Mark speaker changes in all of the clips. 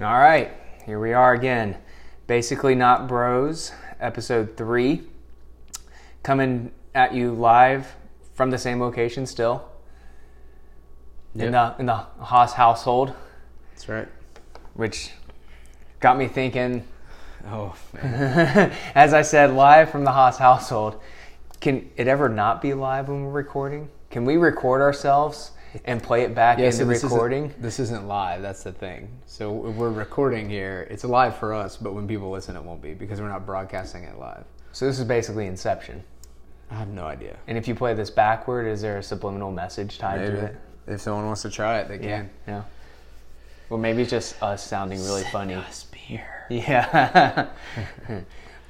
Speaker 1: All right, here we are again. Basically Not Bros, episode three. Coming at you live from the same location still. In the in the Haas household,
Speaker 2: That's right.
Speaker 1: which got me thinking
Speaker 2: Oh, man.
Speaker 1: as I said, live from the Haas household. Can it ever not be live when we're recording? Can we record ourselves and play it back in the recording?
Speaker 2: Isn't, this isn't live. That's the thing. So we're recording here. It's live for us, but when people listen, it won't be because we're not broadcasting it live.
Speaker 1: So this is basically Inception.
Speaker 2: I have no idea.
Speaker 1: And if you play this backward, is there a subliminal message tied to it?
Speaker 2: If someone wants to try it, they can.
Speaker 1: Yeah. Well, maybe it's just us sounding really funny.
Speaker 2: Spear.
Speaker 1: Yeah.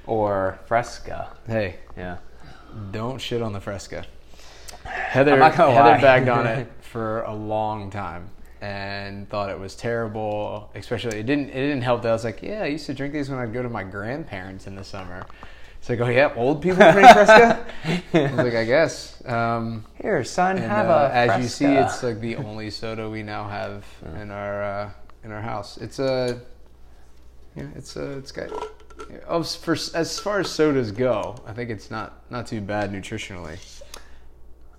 Speaker 1: or Fresca.
Speaker 2: Hey,
Speaker 1: Yeah.
Speaker 2: don't shit on the Fresca. Heather,
Speaker 1: not gonna lie.
Speaker 2: Heather bagged on it for a long time and thought it was terrible. Especially, it didn't. It didn't help that I was like, yeah, I used to drink these when I'd go to my grandparents in the summer. It's like, oh yeah, old people drink Fresca. I was like, I guess. Um,
Speaker 1: Here, son,
Speaker 2: and,
Speaker 1: have
Speaker 2: uh,
Speaker 1: a.
Speaker 2: as you see,
Speaker 1: Fresca.
Speaker 2: it's like the only soda we now have in our uh, in our house. It's a yeah, it's a it's got. Oh, s- for s- as far as sodas go, I think it's not not too bad nutritionally.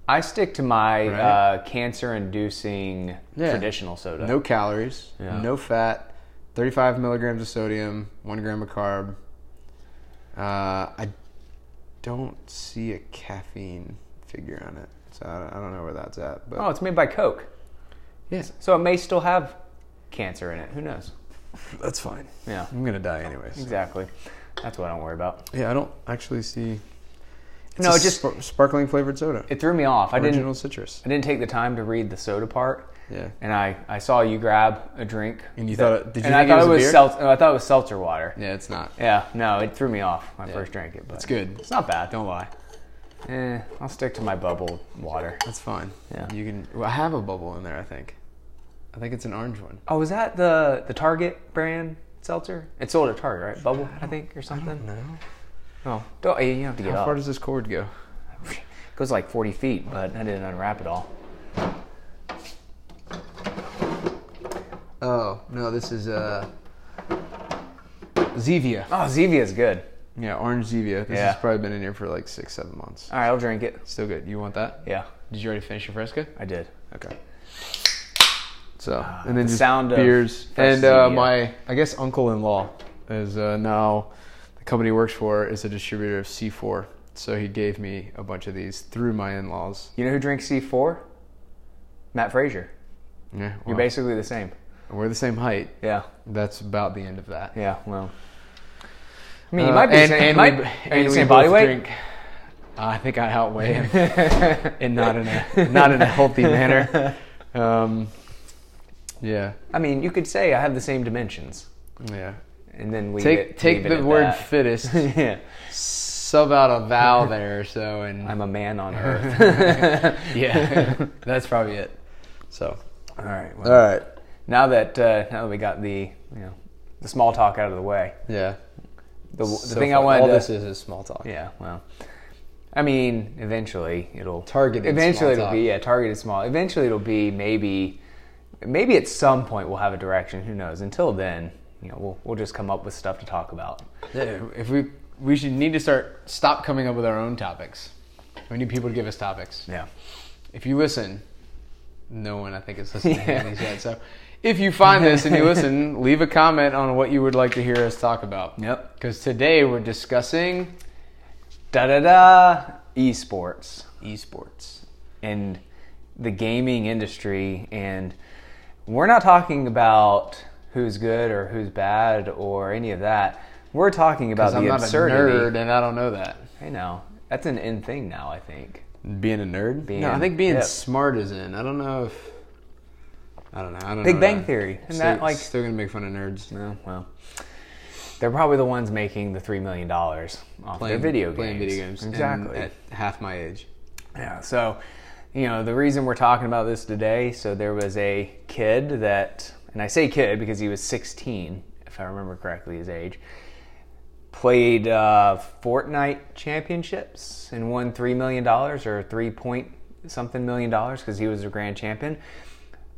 Speaker 1: I stick to my
Speaker 2: Right?
Speaker 1: uh, cancer-inducing
Speaker 2: Yeah.
Speaker 1: traditional soda.
Speaker 2: No calories,
Speaker 1: Yeah.
Speaker 2: no fat, 35 milligrams of sodium, one gram of carb. Uh, I don't see a caffeine figure on it, so I don't, I don't know where that's at. But
Speaker 1: Oh, it's made by Coke,
Speaker 2: yes,
Speaker 1: so it may still have cancer in it. Who knows?
Speaker 2: that's fine.
Speaker 1: Yeah.
Speaker 2: I'm gonna die anyways.
Speaker 1: Exactly. That's what I don't worry about.
Speaker 2: Yeah, I don't actually see. It's
Speaker 1: No,
Speaker 2: a
Speaker 1: it just-
Speaker 2: spar- sparkling flavored soda.
Speaker 1: It threw me off. I didn't.
Speaker 2: Original citrus.
Speaker 1: I didn't take the time to read the soda part.
Speaker 2: Yeah.
Speaker 1: And I, I saw you grab a drink.
Speaker 2: And you thought it- did you
Speaker 1: and
Speaker 2: think it
Speaker 1: I thought
Speaker 2: was a beer?
Speaker 1: seltz- oh, I thought it was seltzer water.
Speaker 2: Yeah, it's not.
Speaker 1: Yeah, no, it threw me off when I first drank it. But
Speaker 2: It's good.
Speaker 1: It's not bad.
Speaker 2: Don't lie.
Speaker 1: Eh, I'll stick to my bubble water.
Speaker 2: That's fine.
Speaker 1: Yeah.
Speaker 2: You can. Well, I have a bubble in there. I think. I think it's an orange one.
Speaker 1: Oh, was that the the Target brand seltzer? It sold at Target, right? Bubble, I, think, or something.
Speaker 2: No.
Speaker 1: Oh, don't eh, you don't have to get
Speaker 2: How
Speaker 1: up.
Speaker 2: far does this cord go?
Speaker 1: it goes like 40 feet, but I didn't unwrap it all.
Speaker 2: Oh no, this is uh Zevia.
Speaker 1: Oh, Zevia's good.
Speaker 2: Yeah, orange Zevia. This
Speaker 1: Yeah.
Speaker 2: has probably been in here for like six, seven months.
Speaker 1: All right, I'll drink it.
Speaker 2: Still good. You want that?
Speaker 1: Yeah,
Speaker 2: Did you already finish your Fresca?
Speaker 1: I did.
Speaker 2: Okay. So and then
Speaker 1: Ah, the
Speaker 2: just
Speaker 1: sound of
Speaker 2: beers
Speaker 1: fresh E
Speaker 2: and uh,
Speaker 1: Zevia.
Speaker 2: my I guess uncle-in-law is uh, now the company he works for is a distributor of C4. So he gave me a bunch of these through my in-laws.
Speaker 1: You know who drinks C4? Matt Frazier.
Speaker 2: Yeah,
Speaker 1: You're
Speaker 2: well,
Speaker 1: basically the same.
Speaker 2: we're the same height.
Speaker 1: Yeah,
Speaker 2: That's about the end of that.
Speaker 1: yeah. Well, I mean, you
Speaker 2: Uh,
Speaker 1: might be
Speaker 2: and,
Speaker 1: the same.
Speaker 2: and
Speaker 1: might,
Speaker 2: we,
Speaker 1: are you
Speaker 2: and
Speaker 1: the
Speaker 2: we
Speaker 1: same body
Speaker 2: both
Speaker 1: weight?
Speaker 2: Drink, I think I outweigh him, and not in a not in a healthy manner. Um, yeah,
Speaker 1: I mean, you could say I have the same dimensions,
Speaker 2: yeah.
Speaker 1: and then we
Speaker 2: Take take the word fittest,
Speaker 1: yeah,
Speaker 2: sub out a vowel there, or so, and
Speaker 1: I'm a man on earth.
Speaker 2: yeah, that's probably it. So,
Speaker 1: All right. Well,
Speaker 2: all right,
Speaker 1: now that uh, now that we got the you know the small talk out of the way,
Speaker 2: yeah.
Speaker 1: the, the
Speaker 2: So
Speaker 1: thing I
Speaker 2: far,
Speaker 1: wanted
Speaker 2: all
Speaker 1: to
Speaker 2: this is is small talk.
Speaker 1: yeah, well, I mean, eventually it'll
Speaker 2: Targeted small
Speaker 1: Eventually it'll be
Speaker 2: talk.
Speaker 1: yeah, targeted small. Eventually it'll be maybe maybe at some point we'll have a direction. Who knows? Until then, you know, we'll we'll just come up with stuff to talk about.
Speaker 2: Yeah, if we we should need to start stop coming up with our own topics. We need people to give us topics.
Speaker 1: Yeah.
Speaker 2: if you listen, no one I think is listening to these yet. So if you find this and you listen, leave a comment on what you would like to hear us talk about.
Speaker 1: Yep.
Speaker 2: Because today we're discussing
Speaker 1: Da da da. Esports.
Speaker 2: esports.
Speaker 1: and the gaming industry and we're not talking about who's good or who's bad or any of that we're talking about
Speaker 2: 'Cause
Speaker 1: the
Speaker 2: I'm not
Speaker 1: absurdity
Speaker 2: a nerd and I don't know that.
Speaker 1: i know that's an in thing now i think
Speaker 2: Being a nerd?
Speaker 1: Being-
Speaker 2: no, I think being
Speaker 1: yep.
Speaker 2: smart is in. I don't know if. I don't know. I don't
Speaker 1: Big
Speaker 2: know
Speaker 1: Bang
Speaker 2: that.
Speaker 1: Theory. Isn't
Speaker 2: Still,
Speaker 1: that like-
Speaker 2: still gonna make fun of nerds?
Speaker 1: no well they're probably the ones making the three million dollars off
Speaker 2: Playing
Speaker 1: their video games
Speaker 2: Playing video games. and
Speaker 1: exactly
Speaker 2: At half my age.
Speaker 1: Yeah, so, you know, the reason we're talking about this today, so there was a kid that, and I say kid because he was 16, if I remember correctly his age, played uh, Fortnite championships and won $3 million or 3 point something million dollars because he was a grand champion.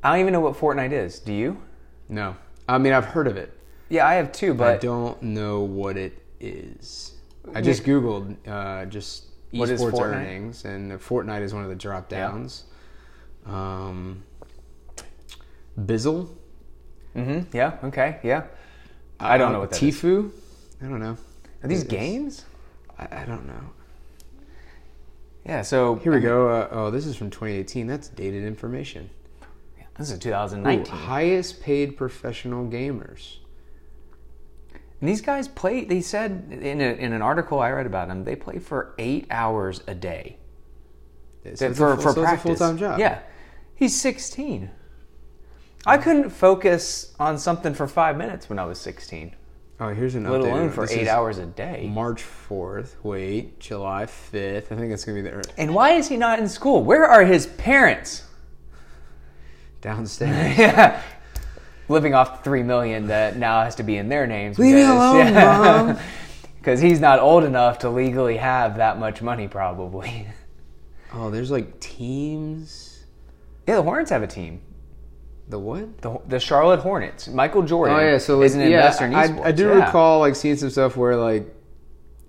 Speaker 1: I don't even know what Fortnite is. Do you?
Speaker 2: No. I mean, I've heard of it.
Speaker 1: Yeah, I have two,
Speaker 2: I
Speaker 1: but
Speaker 2: don't know what it is. I just Googled uh, just
Speaker 1: What is
Speaker 2: esports
Speaker 1: Fortnite?
Speaker 2: earnings, and Fortnite is one of the drop downs. Um, Bizzle.
Speaker 1: hmm yeah, okay, yeah.
Speaker 2: Uh,
Speaker 1: I don't know what that is.
Speaker 2: Tfue. I don't know.
Speaker 1: Are these
Speaker 2: It is-
Speaker 1: games?
Speaker 2: I, I don't know.
Speaker 1: Yeah. So
Speaker 2: Here we go. Uh, oh, this is from 2018. That's dated information.
Speaker 1: This is
Speaker 2: Ooh,
Speaker 1: 2019.
Speaker 2: highest paid professional gamers.
Speaker 1: And these guys play. They said in, a, in an article I read about them, they play for eight hours a day
Speaker 2: It's
Speaker 1: That- for for practice.
Speaker 2: full time job.
Speaker 1: Yeah, he's 16. I couldn't focus on something for five minutes when I was 16,
Speaker 2: Oh, here's an
Speaker 1: let
Speaker 2: updated
Speaker 1: alone
Speaker 2: one.
Speaker 1: for
Speaker 2: This
Speaker 1: eight
Speaker 2: is
Speaker 1: hours a day.
Speaker 2: March 4th. Wait, July 5th. I think it's gonna be the er,
Speaker 1: And why is he not in school? Where are his parents?
Speaker 2: downstairs.
Speaker 1: Yeah. Living off three million that now has to be in their names.
Speaker 2: Leave me alone, Mom.
Speaker 1: Because he's not old enough to legally have that much money, probably.
Speaker 2: Oh, there's like teams.
Speaker 1: Yeah, the Hornets have a team.
Speaker 2: The what?
Speaker 1: The, the Charlotte Hornets. Michael Jordan
Speaker 2: Oh,
Speaker 1: is an investor in esports.
Speaker 2: I, I do
Speaker 1: yeah.
Speaker 2: recall like seeing some stuff where like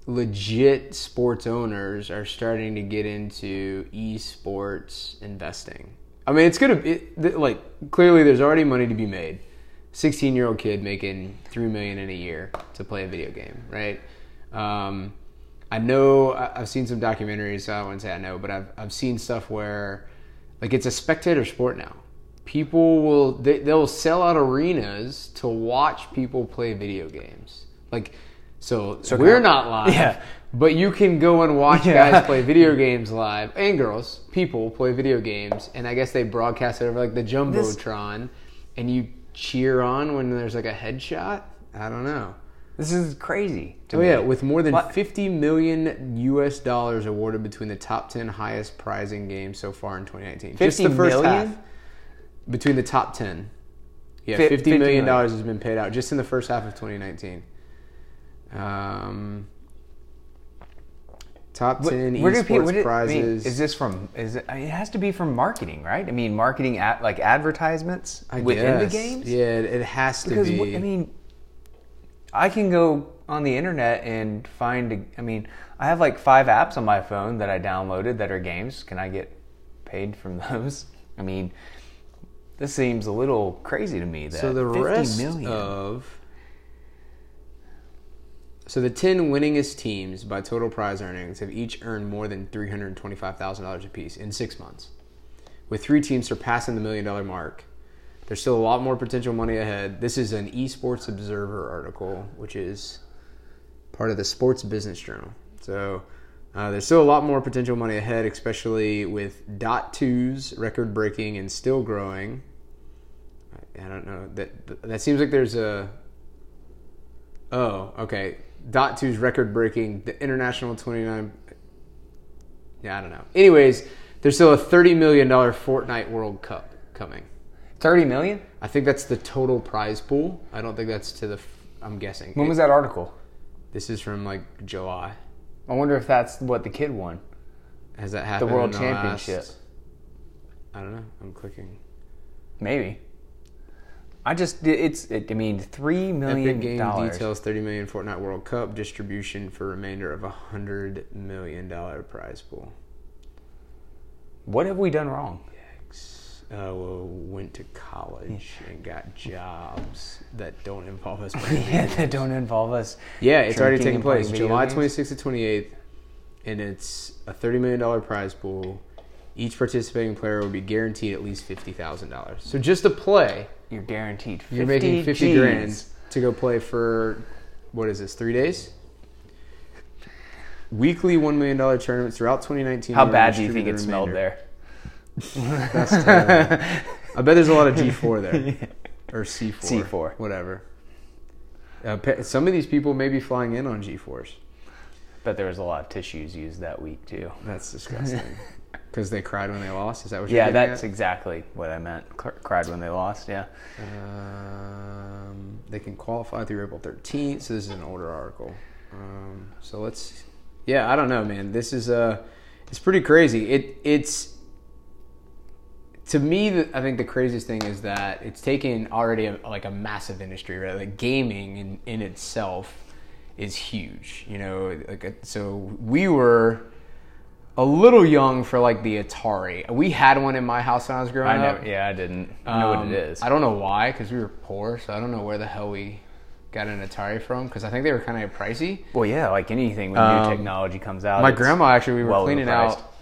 Speaker 2: legit sports owners are starting to get into esports investing. I mean, it's gonna it, th- like clearly there's already money to be made. Sixteen year old kid making three million in a year to play a video game, right? Um, I know I- I've seen some documentaries. So I wouldn't say I know, but I've I've seen stuff where like it's a spectator sport now. People will they, they'll sell out arenas to watch people play video games. Like so, we're not live,
Speaker 1: Yeah.
Speaker 2: but you can go and watch
Speaker 1: Yeah.
Speaker 2: guys play video games live and girls, people play video games, and I guess they broadcast it over like the jumbotron, and you cheer on when there's like a headshot. I don't know.
Speaker 1: This is crazy. To
Speaker 2: Oh
Speaker 1: me.
Speaker 2: yeah, with more than
Speaker 1: What?
Speaker 2: 50 million US dollars awarded between the top 10 highest prizing games so far in 2019. Just
Speaker 1: 50
Speaker 2: the first
Speaker 1: million?
Speaker 2: half. Between the top 10. Yeah,
Speaker 1: Fif-
Speaker 2: 50
Speaker 1: 50
Speaker 2: million
Speaker 1: million.
Speaker 2: dollars has been paid out just in the first half of 2019. Um Top 10
Speaker 1: Where do
Speaker 2: esports
Speaker 1: people- where do- I
Speaker 2: prizes.
Speaker 1: mean, is this from? Is it, I mean, it has to be from marketing, right? I mean, marketing at like advertisements
Speaker 2: I
Speaker 1: within
Speaker 2: guess.
Speaker 1: the games.
Speaker 2: Yeah, it, it has to
Speaker 1: Because
Speaker 2: be.
Speaker 1: wh- I mean, I can go on the internet and find. a- I mean, I have like five apps on my phone that I downloaded that are games. Can I get paid from those? I mean, this seems a little crazy to me. That
Speaker 2: So the
Speaker 1: 50
Speaker 2: rest
Speaker 1: million.
Speaker 2: of so the ten winningest teams by total prize earnings have each earned more than three hundred twenty-five thousand dollars apiece in six months, with three teams surpassing the million-dollar mark. There's still a lot more potential money ahead. This is an Esports Observer article, which is part of the Sports Business Journal. So uh, there's still a lot more potential money ahead, especially with dot twos record breaking and still growing. I, I don't know that that seems like there's a. Oh, okay. Dot two's record breaking the international 29. Yeah, I don't know. Anyways, there's still a 30 million dollar Fortnite World Cup coming.
Speaker 1: thirty million.
Speaker 2: I think that's the total prize pool. I don't think that's to the. f- I'm guessing.
Speaker 1: When was that article?
Speaker 2: This is from like July.
Speaker 1: I wonder if that's what the kid won.
Speaker 2: Has that happened?
Speaker 1: World
Speaker 2: in the last-
Speaker 1: Championship.
Speaker 2: I don't know. I'm clicking.
Speaker 1: Maybe. I just it's. It, I mean, three
Speaker 2: Epic
Speaker 1: million
Speaker 2: Game
Speaker 1: dollars.
Speaker 2: details 30 million Fortnite World Cup distribution for remainder of a hundred million dollar prize pool.
Speaker 1: What have we done wrong?
Speaker 2: Yikes. Uh, well, went to college and got jobs that don't involve us. playing video
Speaker 1: Yeah, that don't involve us.
Speaker 2: Yeah, it's
Speaker 1: drinking
Speaker 2: already taken
Speaker 1: and playing
Speaker 2: place.
Speaker 1: video
Speaker 2: July
Speaker 1: games?
Speaker 2: 26th to 28th, and it's a $30 million prize pool. Each participating player will be guaranteed at least $50,000. So just to play,
Speaker 1: You're guaranteed. 50
Speaker 2: you're making 50
Speaker 1: Gs.
Speaker 2: grand to go play for, what is this, three days? Weekly $1 million tournaments throughout 2019.
Speaker 1: How
Speaker 2: we will
Speaker 1: bad do you
Speaker 2: distribute
Speaker 1: think it
Speaker 2: the
Speaker 1: smelled
Speaker 2: remainder.
Speaker 1: there?
Speaker 2: That's terrible. I bet there's a lot of G4 there. Or C4.
Speaker 1: C4.
Speaker 2: Whatever. Uh, pa- some of these people may be flying in on G4s.
Speaker 1: But there was a lot of tissues used that week too.
Speaker 2: That's disgusting. Because they cried when they lost. Is that what you're
Speaker 1: Yeah,
Speaker 2: getting
Speaker 1: that's
Speaker 2: at?
Speaker 1: exactly what I meant. Cr- cried when they lost. Yeah.
Speaker 2: um, they can qualify through April 13th. So this is an older article. Um, so let's. Yeah, I don't know, man. This is uh, it's pretty crazy. It it's to me, the, I think the craziest thing is that it's taken already a, like a massive industry, right? Like gaming in, in itself is huge, you know. Like uh, so, we were a little young for like the Atari. We had one in my house when I was growing
Speaker 1: I
Speaker 2: up.
Speaker 1: know. Yeah, I didn't know what
Speaker 2: Um,
Speaker 1: it is.
Speaker 2: I don't know why, because we were poor, so I don't know where the hell we got an Atari from, because I think they were kind of pricey.
Speaker 1: well, yeah, like anything when
Speaker 2: Um,
Speaker 1: new technology comes out.
Speaker 2: My
Speaker 1: it's-
Speaker 2: grandma actually, we were
Speaker 1: well
Speaker 2: cleaning
Speaker 1: overpriced.
Speaker 2: out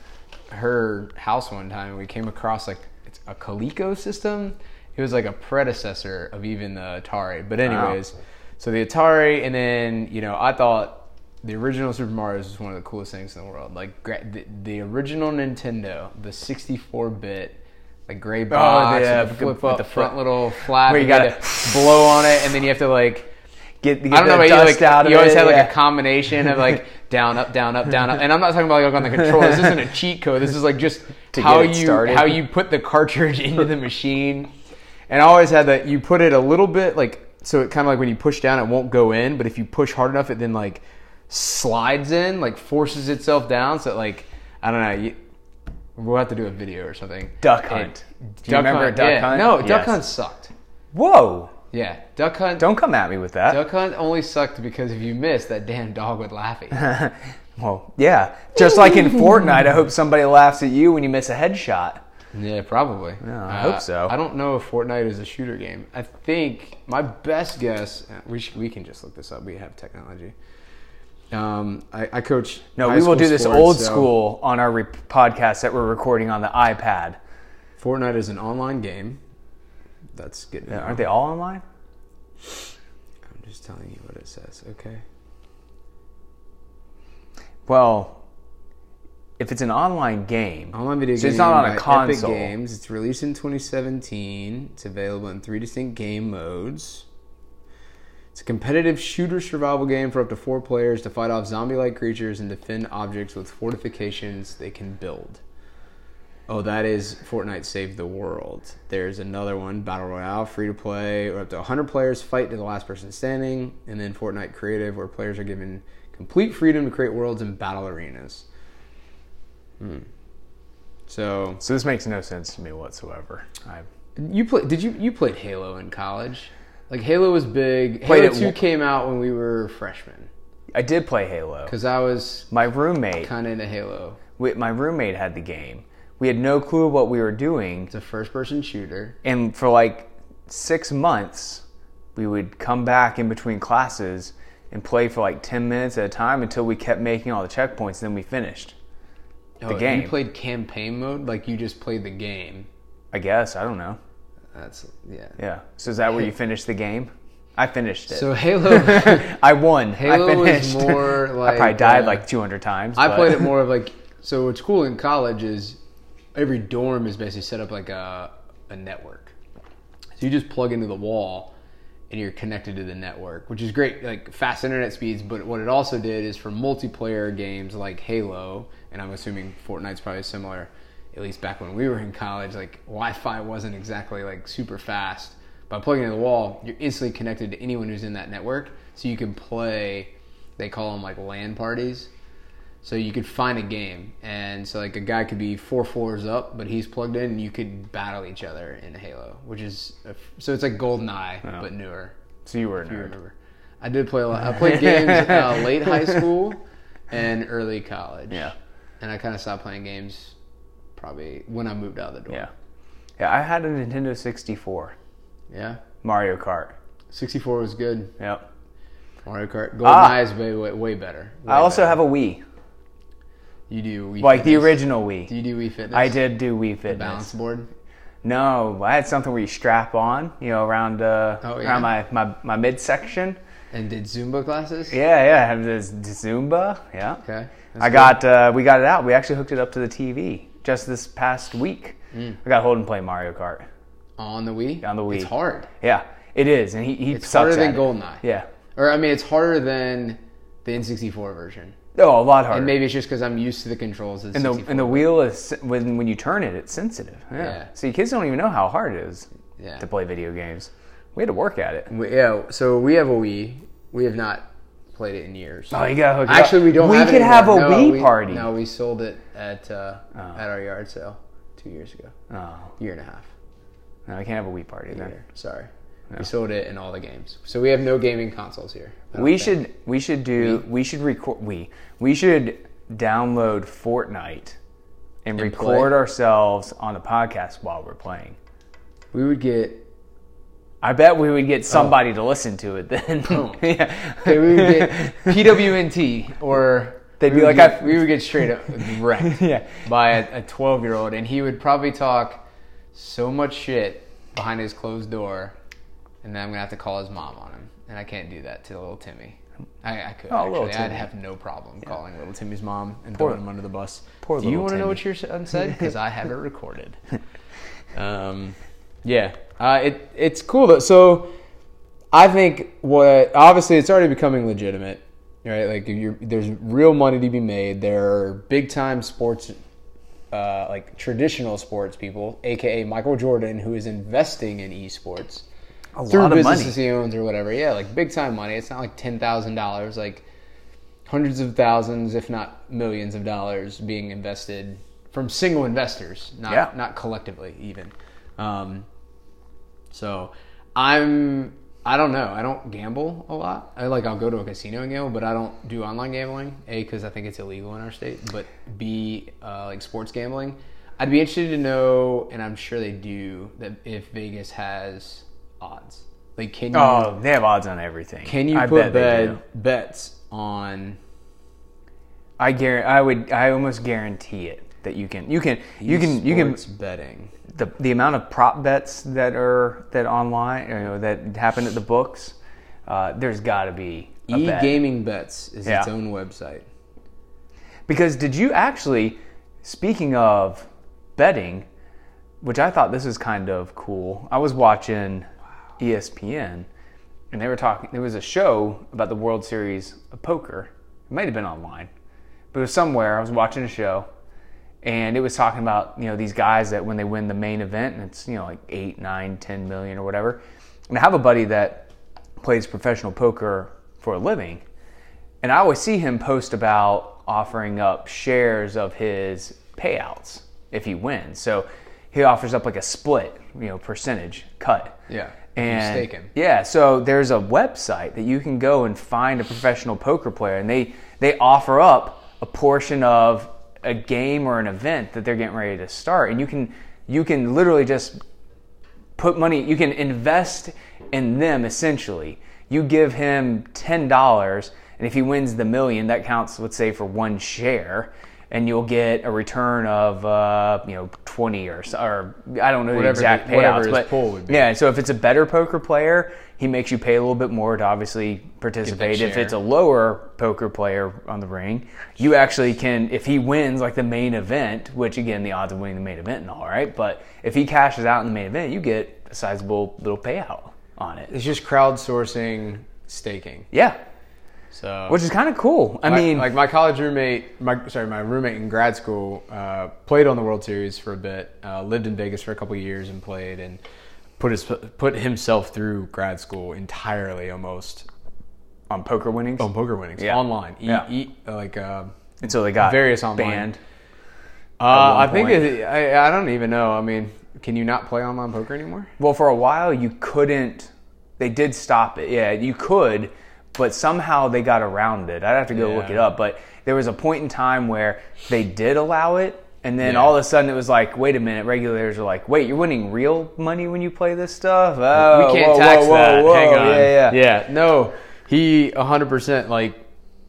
Speaker 2: her house one time, and we came across like it's a Coleco system. It was like a predecessor of even the Atari. But anyways, so the Atari, and then you know, I thought the original Super Mario was one of the coolest things in the world. Like gra- the, the original Nintendo, the 64-bit. Like gray box,
Speaker 1: Oh, yeah,
Speaker 2: with the
Speaker 1: with
Speaker 2: flip
Speaker 1: the
Speaker 2: up, the front
Speaker 1: flip-
Speaker 2: little flap.
Speaker 1: Where you
Speaker 2: and had
Speaker 1: gotta-
Speaker 2: to blow on it, and then you have to like
Speaker 1: Get, get
Speaker 2: I don't know
Speaker 1: the
Speaker 2: about you.
Speaker 1: dust
Speaker 2: Like,
Speaker 1: out of
Speaker 2: you always
Speaker 1: it,
Speaker 2: had like
Speaker 1: yeah.
Speaker 2: a combination of like down, up, down, up, down, up. And I'm not talking about like on the controller. This isn't a cheat code. This is like just
Speaker 1: To
Speaker 2: how
Speaker 1: get it
Speaker 2: you
Speaker 1: started.
Speaker 2: how you put the cartridge into the machine. And I always had that you put it a little bit like so it kind of like when you push down it won't go in, but if you push hard enough it then like slides in, like forces itself down. So like I don't know. You, we'll have to do a video or something.
Speaker 1: Duck
Speaker 2: It-
Speaker 1: Hunt. Do you remember Duck
Speaker 2: yeah.
Speaker 1: Hunt?
Speaker 2: No, duck
Speaker 1: Yes.
Speaker 2: hunt sucked.
Speaker 1: Whoa!
Speaker 2: Yeah, duck hunt.
Speaker 1: Don't come at me with that.
Speaker 2: Duck Hunt only sucked because if you missed, that damn dog would laugh at you.
Speaker 1: Well, yeah. Just like in Fortnite, I hope somebody laughs at you when you miss a headshot.
Speaker 2: yeah, probably. No,
Speaker 1: I hope so.
Speaker 2: I don't know if Fortnite is a shooter game. I think my best guess. uh, We sh we can just look this up. We have technology. Um, I, I coach.
Speaker 1: No,
Speaker 2: high
Speaker 1: we will
Speaker 2: school
Speaker 1: do this
Speaker 2: sports,
Speaker 1: old
Speaker 2: so
Speaker 1: school on our re- podcast that we're recording on the iPad.
Speaker 2: Fortnite is an online game. That's good. to know.
Speaker 1: Aren't they all online?
Speaker 2: I'm just telling you what it says. Okay.
Speaker 1: Well, if it's an online game,
Speaker 2: Online video
Speaker 1: so
Speaker 2: game.
Speaker 1: it's not on a
Speaker 2: by Epic
Speaker 1: console.
Speaker 2: Games. It's released in 2017. It's available in three distinct game modes. It's a competitive shooter survival game for up to four players to fight off zombie-like creatures and defend objects with fortifications they can build. Oh, that is Fortnite Save the World. There's another one, Battle Royale, free to play, where up to 100 players fight to the last person standing, and then Fortnite Creative, where players are given complete freedom to create worlds and battle arenas. Hmm. So
Speaker 1: So this makes no sense to me whatsoever. I
Speaker 2: you play? Did you you played Halo in college? Like Halo was big.
Speaker 1: Played
Speaker 2: Halo
Speaker 1: it
Speaker 2: Two
Speaker 1: wa-
Speaker 2: came out when we were freshmen
Speaker 1: I did play Halo.
Speaker 2: because I was
Speaker 1: My roommate,
Speaker 2: kind of into Halo.
Speaker 1: we, my roommate had the game. We had no clue what we were doing,
Speaker 2: It's a first-person shooter.
Speaker 1: and for like six months, we would come back in between classes and play for like ten minutes at a time until we kept making all the checkpoints. And then we finished.
Speaker 2: The
Speaker 1: game.
Speaker 2: Oh, You played campaign mode, like you just played the game.
Speaker 1: I guess I don't know.
Speaker 2: That's yeah.
Speaker 1: Yeah. So is that where you finished the game? I finished it.
Speaker 2: So Halo,
Speaker 1: I won.
Speaker 2: Halo
Speaker 1: I
Speaker 2: was
Speaker 1: finished.
Speaker 2: more
Speaker 1: I probably
Speaker 2: like,
Speaker 1: died
Speaker 2: uh,
Speaker 1: like 200 times.
Speaker 2: I
Speaker 1: but-
Speaker 2: played it more of like so. What's cool in college is every dorm is basically set up like a a network. So you just plug into the wall and you're connected to the network, which is great, like fast internet speeds. But what it also did is for multiplayer games like Halo, and I'm assuming Fortnite's probably similar, at least back when we were in college, like Wi Fi wasn't exactly like super fast. By plugging into the wall, you're instantly connected to anyone who's in that network. So you can play, they call them like LAN parties. So you could find a game, and so like a guy could be four floors up, but he's plugged in, and you could battle each other in Halo, which is a f so it's like GoldenEye but newer.
Speaker 1: So you were a
Speaker 2: If you
Speaker 1: nerd.
Speaker 2: remember, I did play a lot. I played games uh, late high school and early college.
Speaker 1: Yeah.
Speaker 2: and I kind of stopped playing games probably when I moved out of the door.
Speaker 1: Yeah. Yeah, I had a Nintendo 64.
Speaker 2: yeah.
Speaker 1: Mario Kart.
Speaker 2: 64 was good.
Speaker 1: Yep.
Speaker 2: Mario Kart, GoldenEye
Speaker 1: Ah.
Speaker 2: is way way, way better. Way
Speaker 1: I also
Speaker 2: better.
Speaker 1: have a Wii.
Speaker 2: you do Wii
Speaker 1: Ah. Like the
Speaker 2: Fitness?
Speaker 1: original Wii.
Speaker 2: Do you do Wii Fitness?
Speaker 1: I did do Wii
Speaker 2: balance
Speaker 1: Fitness.
Speaker 2: board.
Speaker 1: No, I had something where you strap on, you know, around uh,
Speaker 2: Oh, yeah?
Speaker 1: around my, my, my midsection.
Speaker 2: And did Zumba classes?
Speaker 1: Yeah, yeah, I have this Zumba. Yeah.
Speaker 2: Okay. that's
Speaker 1: I got uh, we got it out. We actually hooked it up to the TV just this past week.
Speaker 2: Mm.
Speaker 1: I got Holden playing Mario Kart.
Speaker 2: on the Wii.
Speaker 1: On the Wii.
Speaker 2: it's hard.
Speaker 1: Yeah, it is, and he he
Speaker 2: It's
Speaker 1: sucks
Speaker 2: harder than
Speaker 1: at it.
Speaker 2: GoldenEye.
Speaker 1: Yeah.
Speaker 2: Or I mean, it's harder than the N64 version.
Speaker 1: Oh, a lot harder.
Speaker 2: And maybe it's just because I'm used to the controls. Of
Speaker 1: and the
Speaker 2: 64.
Speaker 1: and the wheel is when when you turn it, it's sensitive. Yeah.
Speaker 2: Yeah.
Speaker 1: So you kids don't even know how hard it is
Speaker 2: yeah.
Speaker 1: to play video games. We had to work at it.
Speaker 2: We- yeah. So we have a Wii. We have not played it in years.
Speaker 1: Oh, you gotta hook it up.
Speaker 2: Actually, we don't.
Speaker 1: We
Speaker 2: have it
Speaker 1: could have
Speaker 2: anymore.
Speaker 1: a
Speaker 2: No,
Speaker 1: Wii
Speaker 2: we-
Speaker 1: party.
Speaker 2: No, we sold it at uh, at our yard sale. Two two years ago,
Speaker 1: Oh,
Speaker 2: year and a half.
Speaker 1: no, I can't have a Wii party then.
Speaker 2: Either. Sorry, we sold it in all the games, so we have no gaming consoles here. I don't
Speaker 1: We
Speaker 2: think.
Speaker 1: should we should do we should record we we should download Fortnite and,
Speaker 2: And play?
Speaker 1: record ourselves on the podcast while we're playing.
Speaker 2: We would get.
Speaker 1: I bet we would get somebody to listen to it then. yeah.
Speaker 2: Oh. Okay, we would get PWNT or.
Speaker 1: They'd
Speaker 2: we
Speaker 1: be
Speaker 2: would
Speaker 1: like,
Speaker 2: get-
Speaker 1: I-
Speaker 2: we would get straight up wrecked
Speaker 1: Yeah.
Speaker 2: by a twelve-year-old, and he would probably talk so much shit behind his closed door, and then I'm gonna have to call his mom on him, and I can't do that to little Timmy. I, I could
Speaker 1: Oh, little
Speaker 2: actually. I'd
Speaker 1: Timmy.
Speaker 2: have no problem calling little Timmy's mom and
Speaker 1: Poor-
Speaker 2: throwing him under the bus.
Speaker 1: poor
Speaker 2: do you
Speaker 1: little
Speaker 2: wanna know
Speaker 1: Timmy.
Speaker 2: what your son said? Because I have it recorded. Um, yeah, uh, it it's cool though. So I think what obviously it's already becoming legitimate, right? Like if you're, there's real money to be made. There are big time sports, uh, like traditional sports people, aka Michael Jordan, who is investing in esports
Speaker 1: A
Speaker 2: through
Speaker 1: lot of money.
Speaker 2: businesses he owns or whatever. Yeah, like big time money. It's not like ten thousand dollars, like hundreds of thousands, if not millions of dollars being invested from single investors, not
Speaker 1: Yeah.
Speaker 2: not collectively even. Um, so I'm I don't know. I don't gamble a lot. I like I'll go to a casino and gamble, but I don't do online gambling. A because I think it's illegal in our state, but B uh, like sports gambling. I'd be interested to know, and I'm sure they do that if Vegas has odds. Like can you
Speaker 1: Oh, they have odds on everything.
Speaker 2: can you
Speaker 1: I bet
Speaker 2: put
Speaker 1: they do.
Speaker 2: bed, bets on
Speaker 1: I guarantee. I would. I almost guarantee it that you can. You can. You can. You can.
Speaker 2: sports betting?
Speaker 1: The the amount of prop bets that are that online you know, that happen at the books. Uh, there's got to be a
Speaker 2: E
Speaker 1: bet.
Speaker 2: gaming bets is
Speaker 1: Yeah.
Speaker 2: its own website.
Speaker 1: Because did you actually, speaking of betting, which I thought this was kind of cool, I was watching E ESPN and they were talking, there was a show about the World Series of Poker. It might have been online, but it was somewhere. I was watching a show and it was talking about, you know, these guys that when they win the main event and it's, you know, like eight, nine, ten million or whatever. And I have a buddy that plays professional poker for a living. And I always see him post about offering up shares of his payouts if he wins. So he offers up like a split, you know, percentage cut.
Speaker 2: Yeah, if you
Speaker 1: And
Speaker 2: stake him.
Speaker 1: yeah, so there's a website that you can go and find a professional poker player and they they offer up a portion of a game or an event that they're getting ready to start and you can you can literally just put money you can invest in them essentially you give him $10 and if he wins the million that counts let's say for one share and you'll get a return of uh, you know 20 or so- or I don't know
Speaker 2: Whatever
Speaker 1: the exact
Speaker 2: the-
Speaker 1: payouts
Speaker 2: whatever his
Speaker 1: but
Speaker 2: pool would be.
Speaker 1: yeah so if it's a better poker player he makes you pay a little bit more to obviously participate if
Speaker 2: share.
Speaker 1: it's a lower poker player on the ring you actually can if he wins like the main event which again the odds of winning the main event and all right but if he cashes out in the main event you get a sizable little payout on it
Speaker 2: It's just crowdsourcing staking.
Speaker 1: yeah
Speaker 2: So
Speaker 1: which is kind of cool i
Speaker 2: My-
Speaker 1: mean
Speaker 2: like my college roommate, my sorry, my roommate in grad school uh, played on the World Series for a bit. Uh, lived in Vegas for a couple of years and played and put his put himself through grad school entirely almost
Speaker 1: on poker winnings
Speaker 2: on poker winnings
Speaker 1: Yeah.
Speaker 2: online. E,
Speaker 1: Yeah.
Speaker 2: e, like uh,
Speaker 1: and so they got
Speaker 2: various online.
Speaker 1: banned
Speaker 2: uh, I think
Speaker 1: point.
Speaker 2: it, I I don't even know. I mean, can you not play online poker anymore?
Speaker 1: Well, for a while you couldn't. They did stop it. Yeah, you could, but somehow they got around it. I'd have to go look
Speaker 2: Yeah.
Speaker 1: it up. But there was a point in time where they did allow it, and then
Speaker 2: Yeah.
Speaker 1: all of a sudden it was like, wait a minute. Regulators are like, wait, you're winning real money when you play this stuff. Oh,
Speaker 2: we can't
Speaker 1: whoa,
Speaker 2: tax
Speaker 1: whoa, whoa,
Speaker 2: that.
Speaker 1: whoa.
Speaker 2: Hang on.
Speaker 1: Yeah, yeah,
Speaker 2: No, he 100 percent like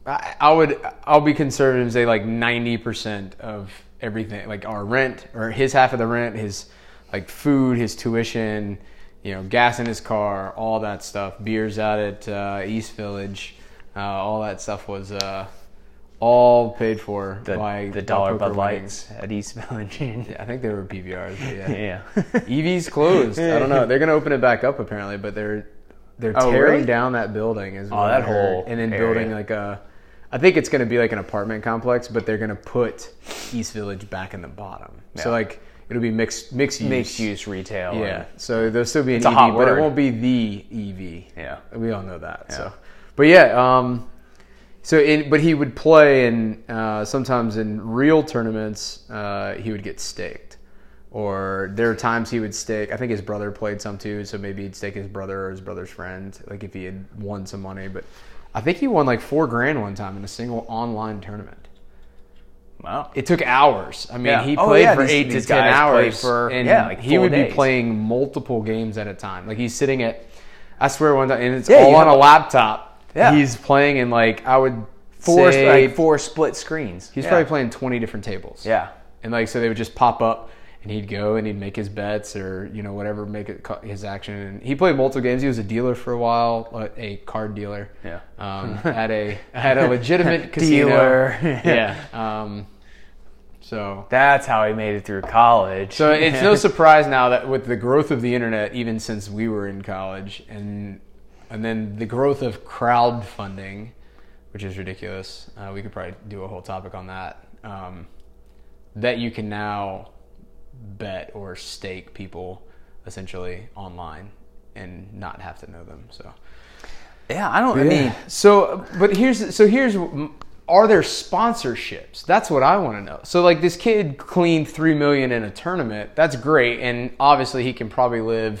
Speaker 2: I, I would. I'll be conservative and say like 90 percent of everything, like our rent or his half of the rent, his like food, his tuition, you know, gas in his car, all that stuff, beers out at uh, East Village, uh, all that stuff was. Uh, all paid for
Speaker 1: The,
Speaker 2: by by
Speaker 1: the dollar
Speaker 2: poker
Speaker 1: Bud
Speaker 2: winnings.
Speaker 1: Lights at East Village.
Speaker 2: Yeah, I think they were PBRs. But yeah.
Speaker 1: yeah.
Speaker 2: EV's E closed. I don't know. They're gonna open it back up apparently, but they're they're
Speaker 1: Oh,
Speaker 2: tearing
Speaker 1: really? Oh,
Speaker 2: down that building as well.
Speaker 1: that whole
Speaker 2: and then
Speaker 1: area.
Speaker 2: building like a. I think it's gonna be like an apartment complex, but they're gonna put East Village back in the bottom. So
Speaker 1: Yeah.
Speaker 2: like it'll be mixed mixed use.
Speaker 1: Mixed use retail. and-
Speaker 2: Yeah. So there'll still be an
Speaker 1: a
Speaker 2: EV,
Speaker 1: hot
Speaker 2: but
Speaker 1: word.
Speaker 2: it won't be the EV.
Speaker 1: Yeah.
Speaker 2: We all know that. So, but yeah. Um, so, in, but he would play, and uh, sometimes in real tournaments, uh, he would get staked. Or there are times he would stick. I think his brother played some too, so maybe he'd stick his brother or his brother's friend, like if he had won some money. But I think he won like four grand one time in a single online tournament.
Speaker 1: Wow.
Speaker 2: It took hours. I mean,
Speaker 1: Yeah.
Speaker 2: he
Speaker 1: Oh,
Speaker 2: played
Speaker 1: yeah,
Speaker 2: for
Speaker 1: these-
Speaker 2: eight
Speaker 1: these
Speaker 2: to ten
Speaker 1: guys played
Speaker 2: hours,
Speaker 1: for-
Speaker 2: and
Speaker 1: yeah, like
Speaker 2: he
Speaker 1: full
Speaker 2: would
Speaker 1: days.
Speaker 2: be playing multiple games at a time. Like he's sitting at, I swear one time, and it's
Speaker 1: Yeah,
Speaker 2: all
Speaker 1: you
Speaker 2: on
Speaker 1: have
Speaker 2: a
Speaker 1: a-
Speaker 2: laptop.
Speaker 1: Yeah.
Speaker 2: he's playing in like I would
Speaker 1: Four,
Speaker 2: say
Speaker 1: like four split screens.
Speaker 2: he's
Speaker 1: Yeah.
Speaker 2: probably playing twenty different tables.
Speaker 1: Yeah.
Speaker 2: and like so they would just pop up, and he'd go and he'd make his bets or you know whatever make it ca- his action. And he played multiple games. He was a dealer for a while, uh, a card dealer.
Speaker 1: Yeah.
Speaker 2: um, at a at a legitimate casino.
Speaker 1: Dealer.
Speaker 2: yeah. Um, so
Speaker 1: That's how he made it through college.
Speaker 2: so it's no surprise now that with the growth of the internet, even since we were in college, and and then the growth of crowdfunding, which is ridiculous. Uh, we could probably do a whole topic on that. Um, that you can now bet or stake people essentially online and not have to know them. So
Speaker 1: yeah, I don't. I
Speaker 2: yeah.
Speaker 1: mean,
Speaker 2: so but here's so here's are there sponsorships? That's what I want to know. So like this kid cleaned 3 million in a tournament. That's great and obviously he can probably live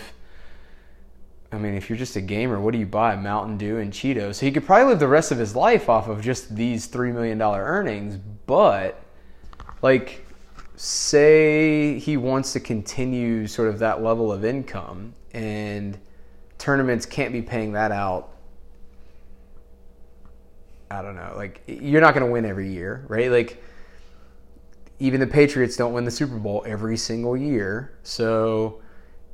Speaker 2: I mean, if you're just a gamer, what do you buy? Mountain Dew and Cheetos. He could probably live the rest of his life off of just these 3 million dollar earnings, but like say he wants to continue sort of that level of income and tournaments can't be paying that out I don't know. Like you're not going to win every year, right? Like even the Patriots don't win the Super Bowl every single year. So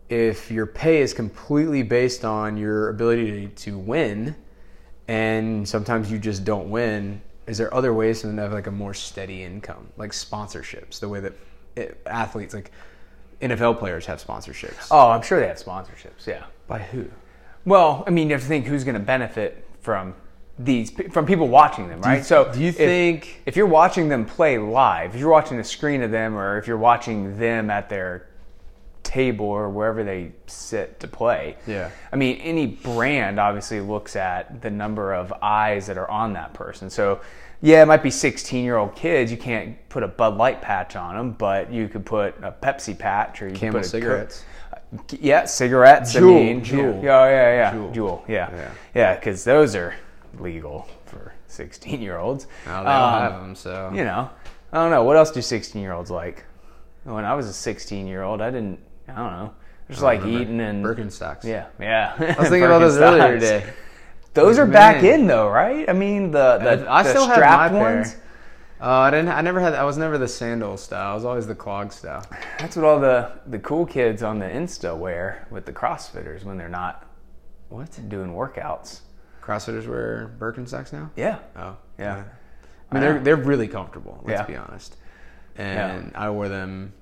Speaker 2: if your pay is completely based on your ability to, to win and sometimes you just don't win, is there other ways to have like a more steady income, like sponsorships, the way that it, athletes like NFL players have sponsorships?
Speaker 1: oh, I'm sure they have sponsorships. Yeah.
Speaker 2: By who?
Speaker 1: Well, I mean, you have to think who's going to benefit from these pe- from people watching them, right? so,
Speaker 2: do you
Speaker 1: if-
Speaker 2: think-
Speaker 1: if you're watching them play live, if you're watching a screen of them, or if you're watching them at their table or wherever they sit to play,
Speaker 2: Yeah.
Speaker 1: I mean, any brand obviously looks at the number of eyes that are on that person. So, yeah, it might be 16 year old kids. You can't put a Bud Light patch on them, but you could put a Pepsi patch or you
Speaker 2: Camel
Speaker 1: could put a Coke-
Speaker 2: cigarettes.
Speaker 1: yeah, cigarettes.
Speaker 2: Juul,
Speaker 1: I mean,
Speaker 2: Juul.
Speaker 1: Yeah, oh, yeah, yeah.
Speaker 2: Juul.
Speaker 1: Juul. yeah,
Speaker 2: Yeah.
Speaker 1: yeah, because those are legal for sixteen-year-olds.
Speaker 2: No, they
Speaker 1: Um,
Speaker 2: don't have them, so
Speaker 1: You know, I don't know what else do sixteen-year-olds like. When I was a sixteen-year-old, I didn't. I don't know. Just like
Speaker 2: remember.
Speaker 1: eating and
Speaker 2: Birkenstocks.
Speaker 1: Yeah, yeah. I
Speaker 2: was thinking about those earlier today.
Speaker 1: Those are
Speaker 2: Man.
Speaker 1: back in though, right? I mean, the the,
Speaker 2: I
Speaker 1: the
Speaker 2: still have
Speaker 1: strapped
Speaker 2: my pair.
Speaker 1: ones.
Speaker 2: Uh, I didn't. I never had. I was never the sandal style. I was always the clog style.
Speaker 1: That's what all the the cool kids on the Insta wear with the CrossFitters when they're not
Speaker 2: What?
Speaker 1: doing workouts.
Speaker 2: Crossfitters wear Birkenstocks now.
Speaker 1: Yeah.
Speaker 2: Oh,
Speaker 1: Yeah.
Speaker 2: I mean, they're they're really comfortable. Let's
Speaker 1: Yeah.
Speaker 2: be honest. And I wore them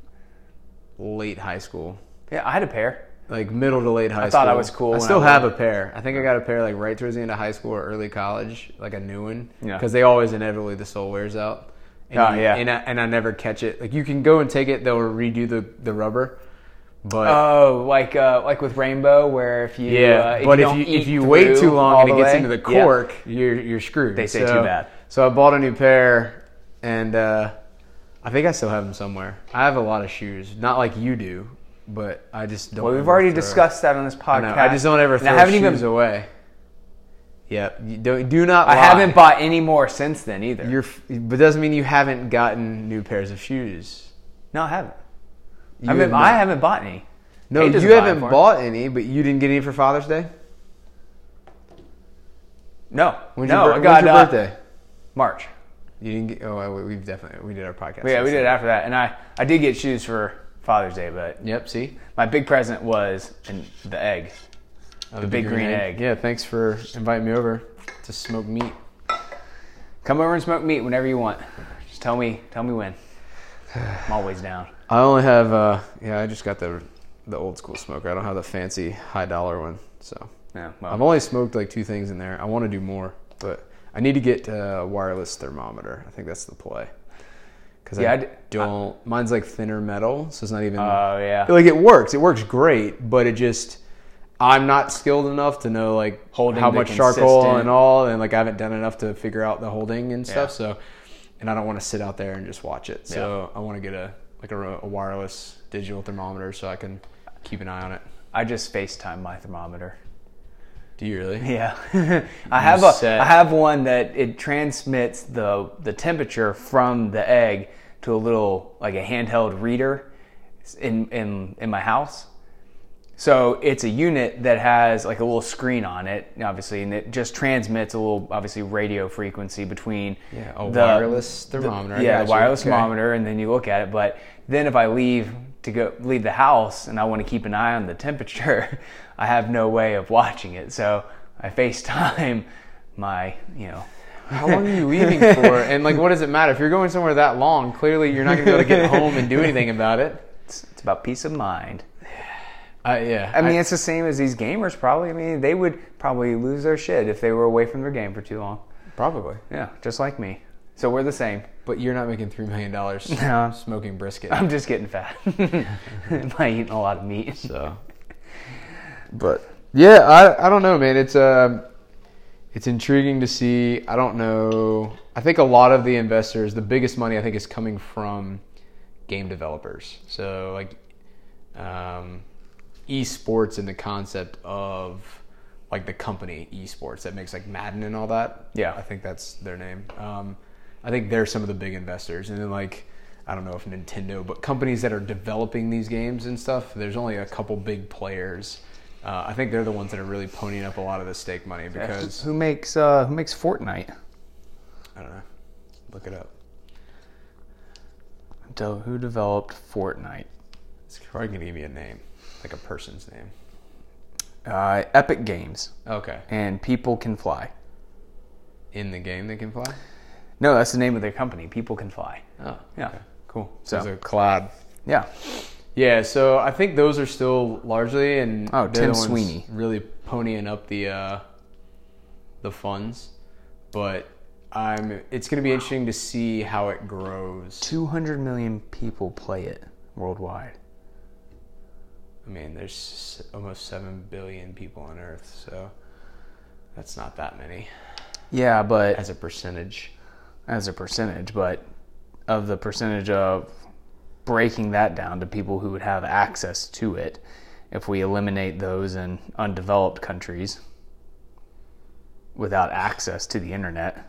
Speaker 2: late high school,
Speaker 1: Yeah, I had a pair.
Speaker 2: like middle to late high school.
Speaker 1: thought I was cool
Speaker 2: I
Speaker 1: when I
Speaker 2: still
Speaker 1: wore
Speaker 2: have a
Speaker 1: it.
Speaker 2: pair. I think I got a pair like right towards the end of high school or early college, like a new one.
Speaker 1: Yeah.
Speaker 2: Because they always inevitably the sole wears out. And
Speaker 1: Oh,
Speaker 2: you-
Speaker 1: yeah.
Speaker 2: And I, and I never catch it. Like you can go and take it. They'll redo the the rubber. But
Speaker 1: Oh, like uh, like with Rainbow, where if you uh,
Speaker 2: Yeah,
Speaker 1: if
Speaker 2: but
Speaker 1: you
Speaker 2: if
Speaker 1: don't
Speaker 2: you if
Speaker 1: eat
Speaker 2: you wait
Speaker 1: through
Speaker 2: too
Speaker 1: all
Speaker 2: long and it
Speaker 1: the
Speaker 2: gets
Speaker 1: way-
Speaker 2: into the
Speaker 1: yeah.
Speaker 2: cork, you're you're screwed.
Speaker 1: They say too
Speaker 2: So-
Speaker 1: bad.
Speaker 2: So I bought a new pair, and uh, I think I still have them somewhere. I have a lot of shoes, not like you do, but I just don't.
Speaker 1: Well, we've
Speaker 2: ever
Speaker 1: already
Speaker 2: throw-
Speaker 1: discussed that on this
Speaker 2: I,
Speaker 1: podcast.
Speaker 2: know, I just don't ever
Speaker 1: And
Speaker 2: throw
Speaker 1: I haven't
Speaker 2: shoes
Speaker 1: even
Speaker 2: away. Yep, you don't, do not.
Speaker 1: I
Speaker 2: lie.
Speaker 1: haven't bought any more since then either.
Speaker 2: You're, f- but doesn't mean you haven't gotten new pairs of shoes.
Speaker 1: no, I haven't.
Speaker 2: You
Speaker 1: I,
Speaker 2: have
Speaker 1: mean,
Speaker 2: not.
Speaker 1: I haven't bought any.
Speaker 2: No,
Speaker 1: Kate doesn't
Speaker 2: you
Speaker 1: buy
Speaker 2: haven't
Speaker 1: them for me.
Speaker 2: bought any, but you didn't get any for Father's Day.
Speaker 1: No,
Speaker 2: When's
Speaker 1: no,
Speaker 2: your, bir-
Speaker 1: I got
Speaker 2: when's your
Speaker 1: uh,
Speaker 2: birthday?
Speaker 1: March.
Speaker 2: You didn't get. Oh, we- we've definitely we did our podcast.
Speaker 1: yeah, we
Speaker 2: since
Speaker 1: did it
Speaker 2: then.
Speaker 1: after that, and I I did get shoes for Father's Day, but
Speaker 2: Yep. See,
Speaker 1: my big present was an, the egg.
Speaker 2: the,
Speaker 1: big green egg.
Speaker 2: Yeah. Thanks for inviting me over to smoke meat.
Speaker 1: Come over and smoke meat whenever you want. Just tell me tell me when. I'm always down.
Speaker 2: I only have. uh Yeah, I just got the the old school smoker. I don't have the fancy high dollar one. So
Speaker 1: Yeah,
Speaker 2: I've
Speaker 1: well,
Speaker 2: only smoked like two things in there. I want to do more, but I need to get a wireless thermometer. I think that's the play. Because
Speaker 1: Yeah,
Speaker 2: I,
Speaker 1: I d- I-
Speaker 2: don't. mine's like thinner metal, so it's not even.
Speaker 1: oh yeah.
Speaker 2: like it works. It works great, but it just I'm not skilled enough to know like
Speaker 1: Holding
Speaker 2: how
Speaker 1: the
Speaker 2: much charcoal
Speaker 1: consistent-
Speaker 2: and all, and like I haven't done enough to figure out the holding and stuff. So, and I don't want to sit out there and just watch it. So I want to get a like a, ro- a wireless digital thermometer so I can keep an eye on it.
Speaker 1: I just FaceTime my thermometer.
Speaker 2: Do you really?
Speaker 1: Yeah, I have a
Speaker 2: set.
Speaker 1: I have one that it transmits the the temperature from the egg to a little like a handheld reader in in in my house. So it's a unit that has like a little screen on it, obviously, and it just transmits a little obviously radio frequency between
Speaker 2: Yeah, a wireless thermometer. I
Speaker 1: The, yeah,
Speaker 2: got
Speaker 1: the
Speaker 2: you.
Speaker 1: wireless
Speaker 2: Okay.
Speaker 1: thermometer, and then you look at it. But then if I leave to go leave the house and I want to keep an eye on the temperature, I have no way of watching it. So I FaceTime my you know
Speaker 2: How long are you leaving for? And like, what does it matter if you're going somewhere that long? Clearly, you're not gonna be able to get home and do anything about it.
Speaker 1: it's, it's about peace of mind.
Speaker 2: Uh, yeah,
Speaker 1: I mean, it's the same as these gamers. Probably, I mean, they would probably lose their shit if they were away from their game for too long.
Speaker 2: probably.
Speaker 1: Yeah, just like me. So we're the same.
Speaker 2: But you're not making three million dollars
Speaker 1: No.
Speaker 2: smoking brisket.
Speaker 1: I'm just getting fat by eating a lot of meat.
Speaker 2: So, but yeah, I I don't know, man. It's um, it's intriguing to see. I don't know. I think a lot of the investors, the biggest money, I think, is coming from game developers. So like, um, esports and the concept of like the company esports that makes like Madden and all that.
Speaker 1: Yeah.
Speaker 2: I think that's their name. Um, I think they're some of the big investors, and then like I don't know if Nintendo, but companies that are developing these games and stuff. There's only a couple big players. Uh, I think they're the ones that are really ponying up a lot of the stake money because
Speaker 1: Who makes uh, who makes Fortnite?
Speaker 2: I don't know. Look it up.
Speaker 1: Do- who developed Fortnite?
Speaker 2: It's probably gonna give me a name, like a person's name.
Speaker 1: Uh, Epic Games
Speaker 2: Okay.
Speaker 1: and People Can Fly.
Speaker 2: In the game, they can fly.
Speaker 1: No, that's the name of their company. People Can Fly.
Speaker 2: Oh,
Speaker 1: Yeah.
Speaker 2: Cool.
Speaker 1: So-
Speaker 2: So it's a collab.
Speaker 1: Yeah.
Speaker 2: Yeah, so I think those are still largely and
Speaker 1: Oh,
Speaker 2: they're
Speaker 1: Tim
Speaker 2: the ones
Speaker 1: Sweeney.
Speaker 2: really ponying up the uh, the funds, but I'm it's going to be interesting to see how it grows.
Speaker 1: 200 million people play it worldwide.
Speaker 2: I mean, there's s- almost seven billion people on Earth, so that's not that many
Speaker 1: Yeah, but
Speaker 2: as a percentage.
Speaker 1: as a percentage, but of the percentage of breaking that down to people who would have access to it, if we eliminate those in undeveloped countries without access to the internet,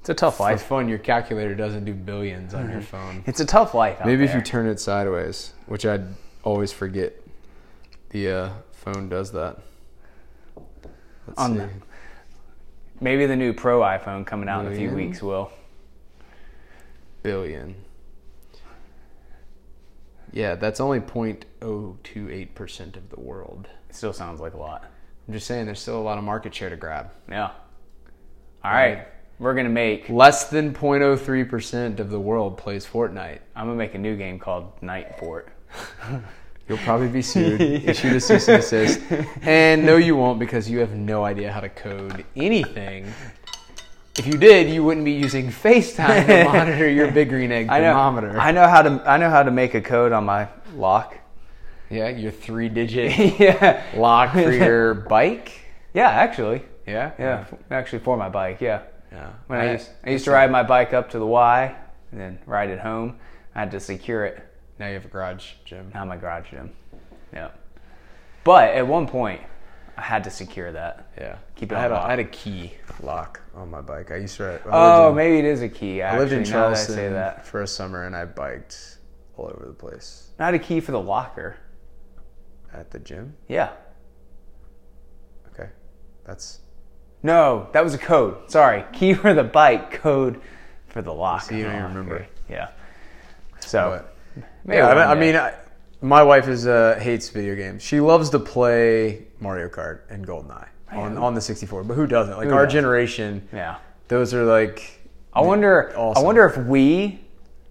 Speaker 1: it's a tough
Speaker 2: For
Speaker 1: life.
Speaker 2: fun, your calculator doesn't do billions on your phone.
Speaker 1: It's a tough life. Out
Speaker 2: Maybe if
Speaker 1: there.
Speaker 2: you turn it sideways, which I always forget, the uh, phone does that. Let's
Speaker 1: On the- Maybe the new Pro iPhone coming out in a few
Speaker 2: Million?
Speaker 1: weeks will.
Speaker 2: billion. Yeah, that's only 0.028% of the world.
Speaker 1: It still sounds like a lot.
Speaker 2: I'm just saying there's still a lot of market share to grab.
Speaker 1: Yeah. All right. We're going to make, I'm
Speaker 2: Less than 0.03% of the world plays Fortnite.
Speaker 1: going to make a new game called Nightport.
Speaker 2: You'll probably be sued, issued a cease and desist. And no, you won't because you have no idea how to code anything. If you did, you wouldn't be using FaceTime to monitor your big green egg thermometer.
Speaker 1: I know how to, I know how to make a code on my lock.
Speaker 2: Yeah, your three digit
Speaker 1: yeah.
Speaker 2: lock for your bike.
Speaker 1: Yeah, actually.
Speaker 2: Yeah?
Speaker 1: Yeah. Actually, for my bike. Yeah.
Speaker 2: Yeah.
Speaker 1: When I, used, I used to ride my bike up to the Y and then ride it home, I had to secure it.
Speaker 2: Now you have a garage gym.
Speaker 1: Not my garage gym. Yeah. But at one point, I had to secure that.
Speaker 2: Yeah.
Speaker 1: Keep it
Speaker 2: I had, a,
Speaker 1: unlocked.
Speaker 2: I had a key lock on my bike. I used to ride.
Speaker 1: Oh,
Speaker 2: I lived in,
Speaker 1: maybe it is a key.
Speaker 2: I lived in
Speaker 1: actually, now that
Speaker 2: Charleston
Speaker 1: I say that.
Speaker 2: for a summer and I biked all over the place
Speaker 1: Not a key for the locker.
Speaker 2: at the gym.
Speaker 1: Yeah.
Speaker 2: Okay. That's.
Speaker 1: No, that was a code. Sorry. Key for the bike, code for the locker. Oh,
Speaker 2: you don't even remember.
Speaker 1: Yeah. So,
Speaker 2: But,
Speaker 1: maybe
Speaker 2: yeah, I mean,
Speaker 1: one
Speaker 2: I
Speaker 1: day.
Speaker 2: mean I, my wife is uh, hates video games. She loves to play Mario Kart and GoldenEye on, on the 64, but who doesn't? Like, our
Speaker 1: doesn't?
Speaker 2: generation,
Speaker 1: yeah.
Speaker 2: those are like.
Speaker 1: I wonder.
Speaker 2: uh, Awesome.
Speaker 1: I wonder if we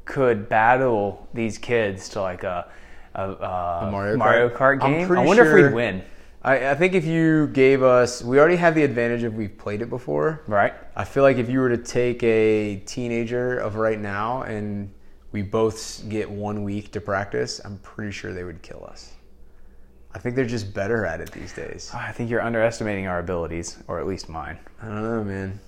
Speaker 1: could battle these kids to like a, a, uh
Speaker 2: Mario Kart?
Speaker 1: Kart
Speaker 2: I'm
Speaker 1: game. I
Speaker 2: pretty
Speaker 1: wonder if
Speaker 2: sure-
Speaker 1: we'd win.
Speaker 2: I, I think if you gave us. We already have the advantage of we've played it before.
Speaker 1: Right.
Speaker 2: I feel like if you were to take a teenager of right now and we both s- get one week to practice, I'm pretty sure they would kill us. I think they're just better at it these days.
Speaker 1: I think you're underestimating our abilities, or at least mine.
Speaker 2: I don't know, man.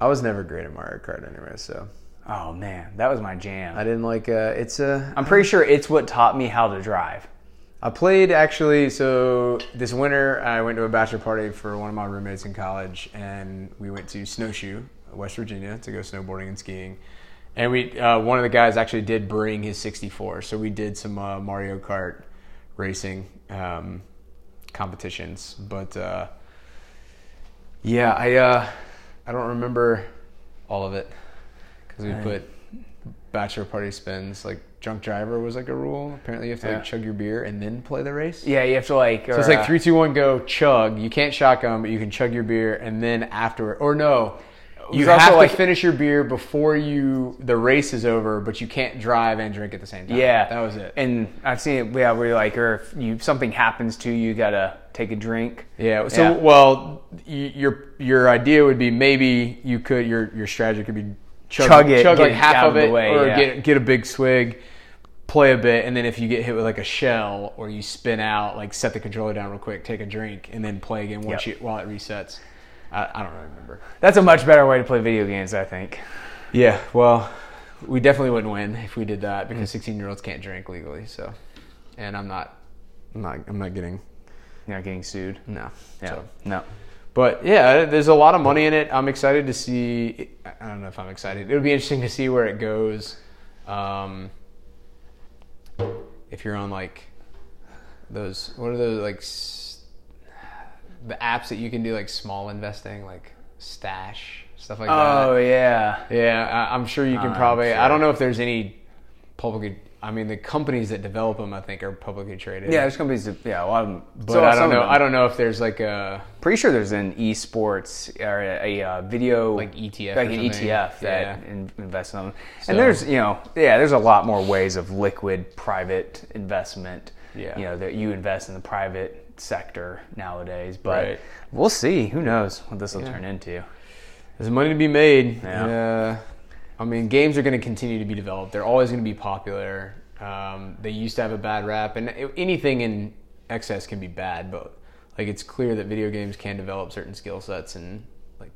Speaker 2: I was never great at Mario Kart anyway, so
Speaker 1: Oh man, that was my jam.
Speaker 2: I didn't like. Uh, it's a.
Speaker 1: I'm pretty sure it's what taught me how to drive.
Speaker 2: I played actually. So this winter, I went to a bachelor party for one of my roommates in college, and we went to Snowshoe, West Virginia, to go snowboarding and skiing. And we, uh, one of the guys actually did bring his 64, so we did some uh, Mario Kart racing um, competitions. But uh, yeah, I, uh, I don't remember all of it because we put bachelor party spins like drunk driver was like a rule. Apparently, you have to
Speaker 1: Yeah.
Speaker 2: like chug your beer and then play the race.
Speaker 1: Yeah, you have to like.
Speaker 2: So it's like three, two, one, go, chug. You can't shotgun, but you can chug your beer, and then afterward, or no, you
Speaker 1: There's also,
Speaker 2: have to
Speaker 1: like-
Speaker 2: finish your beer before you the race is over, but you can't drive and drink at the same time.
Speaker 1: Yeah,
Speaker 2: that was it.
Speaker 1: And I've seen it. Yeah, where you're like, or if you something happens to you, you gotta take a drink.
Speaker 2: yeah. So
Speaker 1: Yeah.
Speaker 2: well, y- your your idea would be maybe you could your your strategy could be chug,
Speaker 1: Chug it,
Speaker 2: chug
Speaker 1: get
Speaker 2: like
Speaker 1: it
Speaker 2: half
Speaker 1: out
Speaker 2: of
Speaker 1: of the
Speaker 2: it,
Speaker 1: way,
Speaker 2: or
Speaker 1: yeah.
Speaker 2: get get a big swig. Play a bit, and then if you get hit with like a shell or you spin out, like set the controller down real quick, take a drink, and then play again once
Speaker 1: Yep.
Speaker 2: you while it resets. I, I don't really remember.
Speaker 1: That's a much better way to play video games, I think.
Speaker 2: Yeah, well, we definitely wouldn't win if we did that because sixteen-year-olds can't drink legally. So, and I'm not, I'm not, I'm not getting
Speaker 1: You're not getting sued.
Speaker 2: no.
Speaker 1: Yeah.
Speaker 2: So, Uh,
Speaker 1: No.
Speaker 2: but yeah, there's a lot of money in it. I'm excited to see. I- I don't know if I'm excited. It'll be interesting to see where it goes. Um, if you're on like those, what are those like s- the apps that you can do like small investing, like Stash stuff like that.
Speaker 1: Oh yeah.
Speaker 2: Yeah, I, I'm sure you can
Speaker 1: I'm
Speaker 2: probably. I
Speaker 1: sure.
Speaker 2: don't know if there's any publicly. I mean, the companies that develop them, I think, are publicly traded.
Speaker 1: Yeah, there's companies. That, yeah, a lot of them.
Speaker 2: but I don't know. I don't know if there's like a
Speaker 1: Pretty sure there's an esports or a, a, uh video
Speaker 2: Like ETF
Speaker 1: like
Speaker 2: E or
Speaker 1: an
Speaker 2: something.
Speaker 1: ETF that
Speaker 2: Yeah.
Speaker 1: in, invests in them. And there's you know yeah, there's a lot more ways of liquid private investment.
Speaker 2: Yeah.
Speaker 1: you know that you invest in the private sector nowadays. But
Speaker 2: Right.
Speaker 1: we'll see. Who knows what this will turn into?
Speaker 2: there's money to be made.
Speaker 1: Yeah.
Speaker 2: Uh, I mean, games are going to continue to be developed. They're always going to be popular. Um, they used to have a bad rap, and a- anything in excess can be bad. But like, it's clear that video games can develop certain skill sets, and like,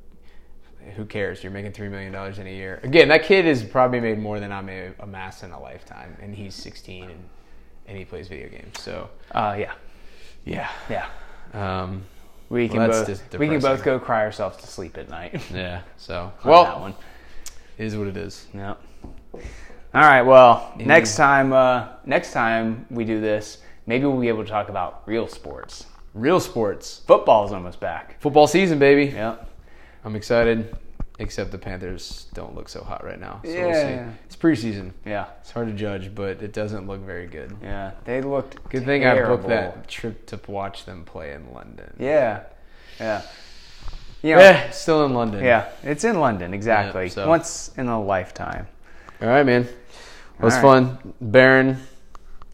Speaker 2: who cares? You're making three million dollars in a year. Again, that kid has probably made more than I may amass in a lifetime, and he's 16 and and he plays video games. So
Speaker 1: Uh, yeah,
Speaker 2: yeah,
Speaker 1: yeah.
Speaker 2: um,
Speaker 1: We can
Speaker 2: that's
Speaker 1: both
Speaker 2: just
Speaker 1: we can both
Speaker 2: depressing.
Speaker 1: go cry ourselves to sleep at night.
Speaker 2: yeah. So
Speaker 1: on
Speaker 2: well,
Speaker 1: that one.
Speaker 2: it is what it is.
Speaker 1: Yeah. All right. Well, next time, uh, next time we do this, maybe we'll be able to talk about real sports.
Speaker 2: Real sports.
Speaker 1: Football's almost back.
Speaker 2: Football season, baby.
Speaker 1: Yep.
Speaker 2: I'm excited, except the Panthers don't look so hot right now. So
Speaker 1: Yeah.
Speaker 2: we'll see. It's preseason.
Speaker 1: Yeah.
Speaker 2: It's hard to judge, but it doesn't look very good.
Speaker 1: Yeah. They looked.
Speaker 2: Good thing I booked
Speaker 1: terrible.
Speaker 2: that trip to watch them play in London.
Speaker 1: Yeah. Yeah. You know, yeah.
Speaker 2: Eh, still in London.
Speaker 1: It's in London, exactly.
Speaker 2: so-
Speaker 1: Once in a lifetime.
Speaker 2: All right, man. It was
Speaker 1: All
Speaker 2: fun. Baron.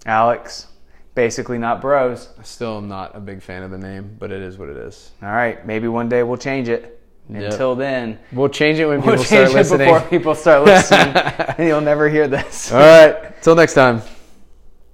Speaker 1: Alex, basically not bros.
Speaker 2: I still am not a big fan of the name, but it is what it is.
Speaker 1: All right. Maybe one day we'll change it.
Speaker 2: Yep.
Speaker 1: Until then,
Speaker 2: We'll change it when people
Speaker 1: we'll
Speaker 2: start
Speaker 1: change it
Speaker 2: listening.
Speaker 1: before people start listening, and you'll never hear this.
Speaker 2: All right. Till next time.